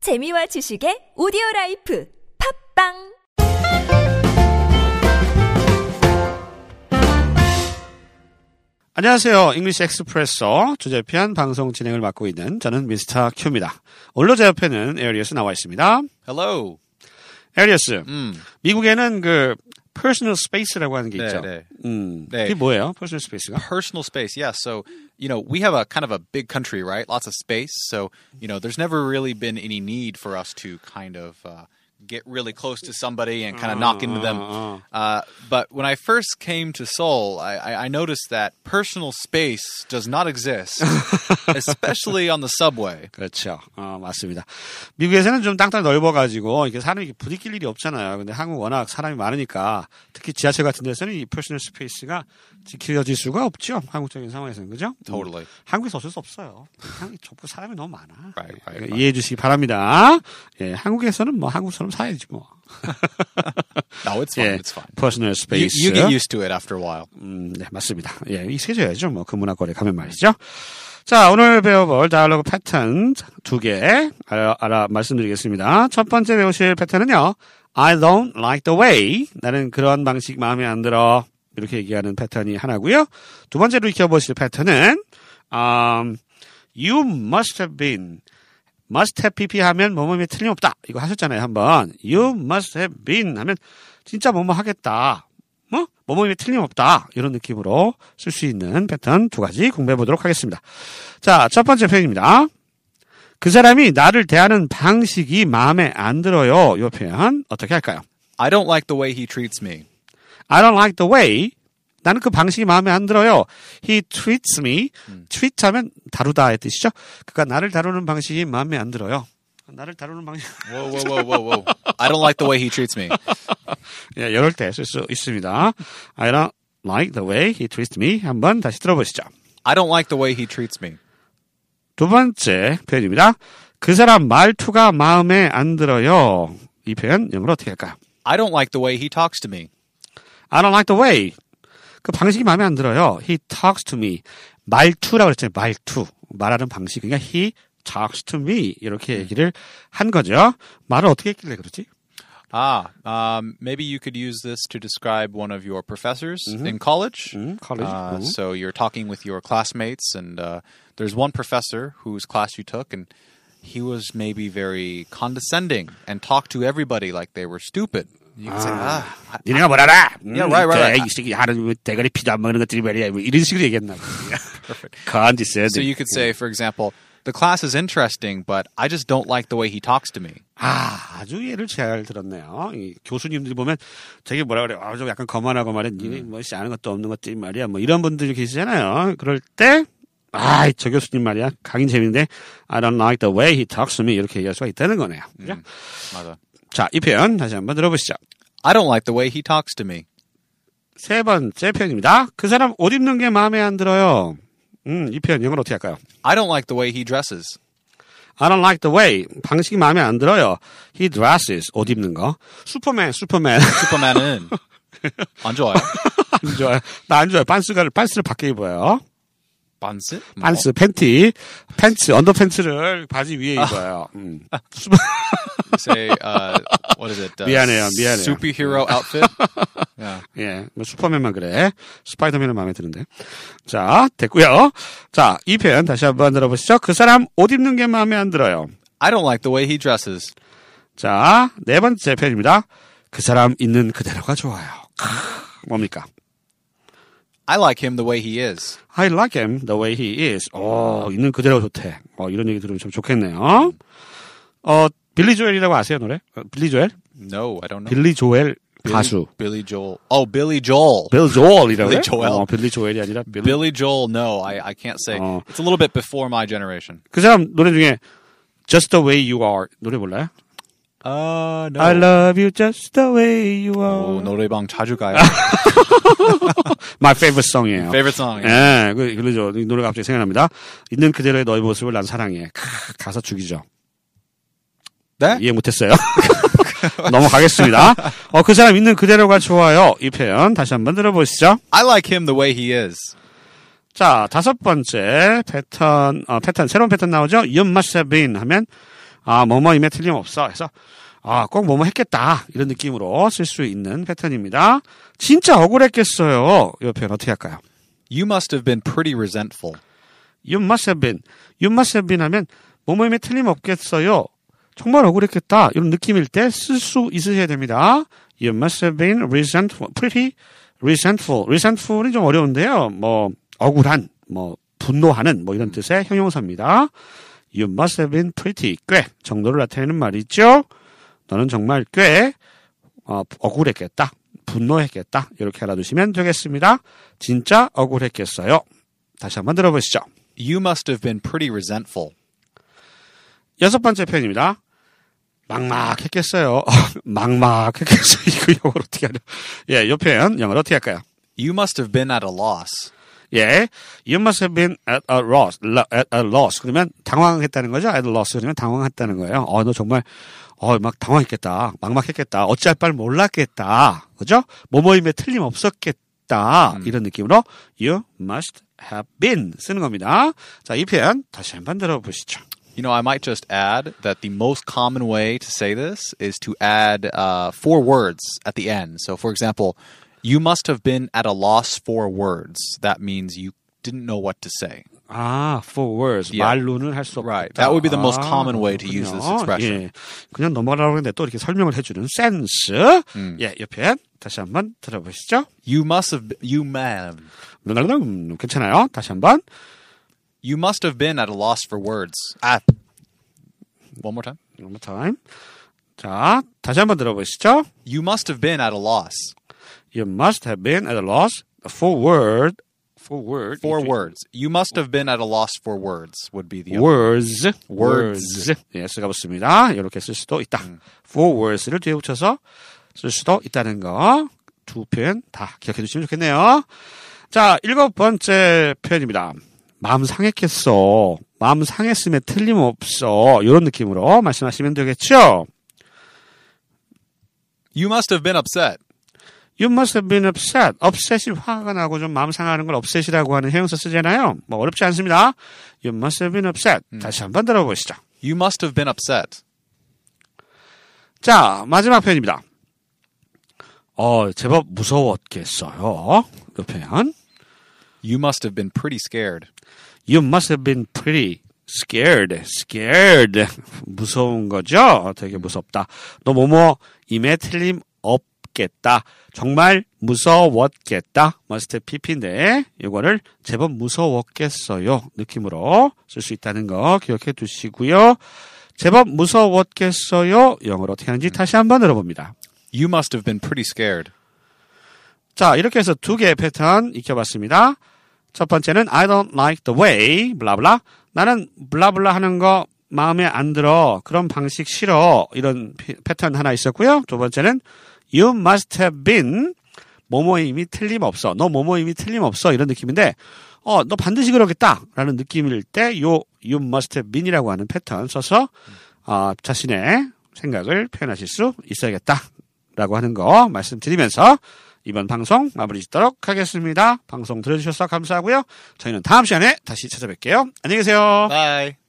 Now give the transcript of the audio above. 재미와 지식의 오디오 라이프 팝빵 안녕하세요. 잉글리시 엑스프레소 주제편 방송 진행을 맡고 있는 저는 미스터 큐입니다. 오늘로 제 옆에는 에리어스 나와 있습니다. Hello. 에리어스, 음. 미국에는 그 personal space라고 하는 게 네, 있죠. 네. 음, 네. 그게 뭐예요? personal space가? Mm. Personal space. Yeah. So, you know, we have a kind of a big country, right? Lots of space. So, you know, there's never really been any need for us to kind of uh, get really close to somebody and kind of knock into them. Uh, but when I first came to Seoul, I, I, I noticed that personal space does not exist, especially on the subway. 그렇죠. 어, 맞습니다. 미국에서는 좀 땅따 넓어가지고 이렇게 사람이 이렇게 부딪힐 일이 없잖아요. 근데 한국 워낙 사람이 많으니까 특히 지하철 같은 데서는 이 personal space가 지켜질 수가 없죠. 한국적인 상황에서는. 그죠? 음. Totally. 한국에서 어쩔 수 없어요. 한국이 좁고 사람이 너무 많아. Right, right, 예, right. 이해해 주시기 바랍니다. 예, 한국에서는 뭐 한국처럼 사야지 뭐. No, it's fine. 예, It's fine. 퍼스널 You, 스페이스. you get used to it after a while. 음, 네, 맞습니다. 예, 익숙해져야죠. 뭐, 그 문화권에 가면 말이죠. 자, 오늘 배워볼 다이얼로그 패턴 두 개, 알아, 알아, 말씀드리겠습니다. 첫 번째 배우실 패턴은요, I don't like the way. 나는 그런 방식 마음에 안 들어. 이렇게 얘기하는 패턴이 하나고요. 두 번째로 익혀보실 패턴은, um, you must have been. must have pp 하면 뭐뭐이 틀림없다. 이거 하셨잖아요, 한번. you must have been 하면 진짜 뭐뭐 하겠다. 뭐? 뭐뭐이 틀림없다. 이런 느낌으로 쓸 수 있는 패턴 두 가지 공부해 보도록 하겠습니다. 자, 첫 번째 표현입니다. 그 사람이 나를 대하는 방식이 마음에 안 들어요. 이 표현 어떻게 할까요? I don't like the way he treats me. I don't like the way. 나는 그 방식이 마음에 안 들어요. He treats me. treat 하면 다루다의 뜻이죠. 그가 나를 다루는 방식이 마음에 안 들어요. 나를 다루는 방식. Whoa, whoa, whoa, whoa, whoa. I don't like the way he treats me. 예, 이럴 때 쓸 수 있습니다. I don't like the way he treats me. 한번 다시 들어보시죠. I don't like the way he treats me. 두 번째 표현입니다. 그 사람 말투가 마음에 안 들어요. 이 표현 영어로 어떻게 할까요? I don't like the way he talks to me. I don't like the way. 그 방식이 마음에 안 들어요. He talks to me. 말투라고 그랬잖아요. 말투. 말하는 방식. 그러니까 he talks to me. 이렇게 얘기를 한 거죠. 말을 어떻게 했길래 그러지? Ah, um, maybe you could use this to describe one of your professors in college. college, Uh, mhm. So you're talking with your classmates, and uh, there's one professor whose class you took, and he was maybe very condescending and talked to everybody like they were stupid. You could say, ah, I- 니네가 뭘 알아? 음, Yeah, right, right, right. 대- 이 새끼 하는 대가리 피도 안 먹는 것들이 말이야. 뭐 이런 식으로 얘기했나 보네. 건지스. so you could say, for example, the class is interesting, but I just don't like the way he talks to me. 아, 아주 예를 잘 들었네요. 이 교수님들 보면 되게 뭐라 그래요. 아, 좀 약간 거만하고 말해. 니네 음. 뭐, 씨, 아는 것도 없는 것들이 말이야. 뭐, 이런 분들이 계시잖아요. 그럴 때, 아, 저 교수님 말이야. 강의 재밌는데, I don't like the way he talks to me. 이렇게 얘기할 수가 있다는 거네요. 음. 그죠? 맞아. 자, 이 표현 다시 한번 들어보시죠. I don't like the way he talks to me. 세 번째 표현입니다. 그 사람 옷 입는 게 마음에 안 들어요. 음, 이 표현 영어로 어떻게 할까요? I don't like the way he dresses. I don't like the way. 방식이 마음에 안 들어요. He dresses. 옷 입는 거. 슈퍼맨, 슈퍼맨. 슈퍼맨은 안 좋아요. 안 좋아요. 나 안 좋아요. 반스가를 반스를 밖에 입어요. 반스? 뭐? 반스, 팬티, 팬츠, 언더팬츠를 바지 위에 입어요. 음. Say, uh, what is it? Uh, 미안해요, 미안해요. Superhero outfit. Yeah. 예, 뭐 슈퍼맨만 그래. 스파이더맨은 마음에 드는데. 자, 됐고요. 자, 이 표현 다시 한번 들어보시죠. 그 사람 옷 입는 게 마음에 안 들어요. I don't like the way he dresses. 자, 네 번째 표현입니다. 그 사람 있는 그대로가 좋아요. 크, 뭡니까? I like him the way he is. I like him the way he is. 어, 있는 그대로 좋대. 어, 이런 얘기 들으면 참 좋겠네요. 어, 빌리 조엘이라고 아세요, 노래? 어, 빌리 조엘? No, I don't know. 빌리 조엘 Billy- 가수. Billy Joel. Oh, Billy Joel. 빌 조엘이라고 빌리 해요? 조엘. 어, 빌리 조엘이 아니라 빌리. Billy Joel. No, I, I can't say. Oh. It's a little bit before my generation. 그 사람 노래 중에 Just the way you are 노래 몰라요? Uh, no. I love you just the way you Oh, are. 노래방 자주 가요. My favorite song이에요. Favorite song. 예, 그, 그러죠. 이 노래가 갑자기 생각납니다. 있는 그대로의 너의 모습을 난 사랑해. 크, 가사 죽이죠. 네? 예? 이해 못했어요. 넘어가겠습니다. 어, 그 사람 있는 그대로가 좋아요. 이 표현 다시 한번 들어보시죠. I like him the way he is. 자, 다섯 번째 패턴, 어, 패턴, 새로운 패턴 나오죠? You must have been 하면, 아, 뭐뭐임에 틀림없어. 해서, 아, 꼭 뭐뭐 했겠다. 이런 느낌으로 쓸 수 있는 패턴입니다. 진짜 억울했겠어요. 이 표현 어떻게 할까요? You must have been pretty resentful. You must have been. You must have been 하면 뭐뭐임에 틀림없겠어요. 정말 억울했겠다. 이런 느낌일 때 쓸 수 있으셔야 됩니다. You must have been resentful. Pretty resentful. Resentful이 좀 어려운데요. 뭐 억울한, 뭐 분노하는 뭐 이런 뜻의 형용사입니다. You must have been pretty. 꽤 정도를 나타내는 말이죠. 너는 정말 꽤 어, 억울했겠다. 분노했겠다. 이렇게 알아두시면 되겠습니다. 진짜 억울했겠어요. 다시 한번 들어보시죠. You must have been pretty resentful. 여섯 번째 표현입니다. 막막했겠어요. 막막했겠어요. 이거 영어로 어떻게 하냐. 예, 이 표현 영어로 어떻게 할까요? You must have been at a loss. 예, you must have been at a loss, lo- at a loss. 그러면 당황했다는 거죠. at a loss 그러면 당황했다는 거예요. 어, 너 정말 어, 막 당황했겠다, 막막했겠다, 어찌할 바를 몰랐겠다, 그죠? 뭐뭐임에 틀림 없었겠다 이런 느낌으로 you must have been 쓰는 겁니다. 자, 이 표현 다시 한번 들어보시죠. You know, I might just add that the most common way to say this is to add uh, four words at the end. So, for example, you must have been at a loss for words. That means you didn't know what to say. 아, for words. Yeah. 말로는 할 수 없다. Right. That would be the most 아, common way to use this expression. 예. 그냥 넘어가라고 했는데 또 이렇게 설명을 해주는 센스. 음. 예, 옆에 다시 한번 들어보시죠. You must have you man. 음, 괜찮아요. 다시 한번. You must have been at a loss for words. Ah. One more time. One more time. 자, 다시 한번 들어보시죠. You must have been at a loss You must have been at a loss for word. For word. for 이- words. You must have been at a loss for words would be the words. Words. 예, 쓰가 붙습니다. 이렇게 쓸 수도 있다. for words를 뒤에 붙여서 쓸 수도 있다는 거. 두 표현 다 기억해 두시면 좋겠네요. 자, 일곱 번째 표현입니다. 마음 상했겠어. 마음 상했음에 틀림없어. 이런 느낌으로 말씀하시면 되겠죠? You must have been upset. You must have been upset. upset이 화가 나고 좀 마음 상하는 걸 upset이라고 하는 형용사 쓰잖아요. 뭐 어렵지 않습니다. You must have been upset. 다시 한번 들어보시죠. You must have been upset. 자, 마지막 표현입니다. 어, 제법 무서웠겠어요. 그 표현. You must have been pretty scared. You must have been pretty scared. scared. 무서운 거죠? 되게 무섭다. 너 뭐뭐 임에 틀림 없겠다. 정말 무서웠겠다. must pp인데 이거를 제법 무서웠겠어요 느낌으로 쓸 수 있다는 거 기억해 두시고요. 제법 무서웠겠어요. 영어로 어떻게 하는지 다시 한번 들어봅니다. You must have been pretty scared. 자, 이렇게 해서 두 개의 패턴 익혀봤습니다. 첫 번째는 I don't like the way, 블라블라. 나는 블라블라 하는 거 마음에 안 들어. 그런 방식 싫어. 이런 피- 패턴 하나 있었고요. 두 번째는 You must have been. 뭐뭐임이 틀림없어. 너 뭐뭐임이 틀림없어. 이런 느낌인데, 어, 너 반드시 그러겠다. 라는 느낌일 때, 요, you must have been 이라고 하는 패턴 써서, 아, 자신의 생각을 표현하실 수 있어야겠다. 라고 하는 거 말씀드리면서, 이번 방송 마무리 짓도록 하겠습니다. 방송 들어주셔서 감사하고요. 저희는 다음 시간에 다시 찾아뵐게요. 안녕히 계세요. Bye.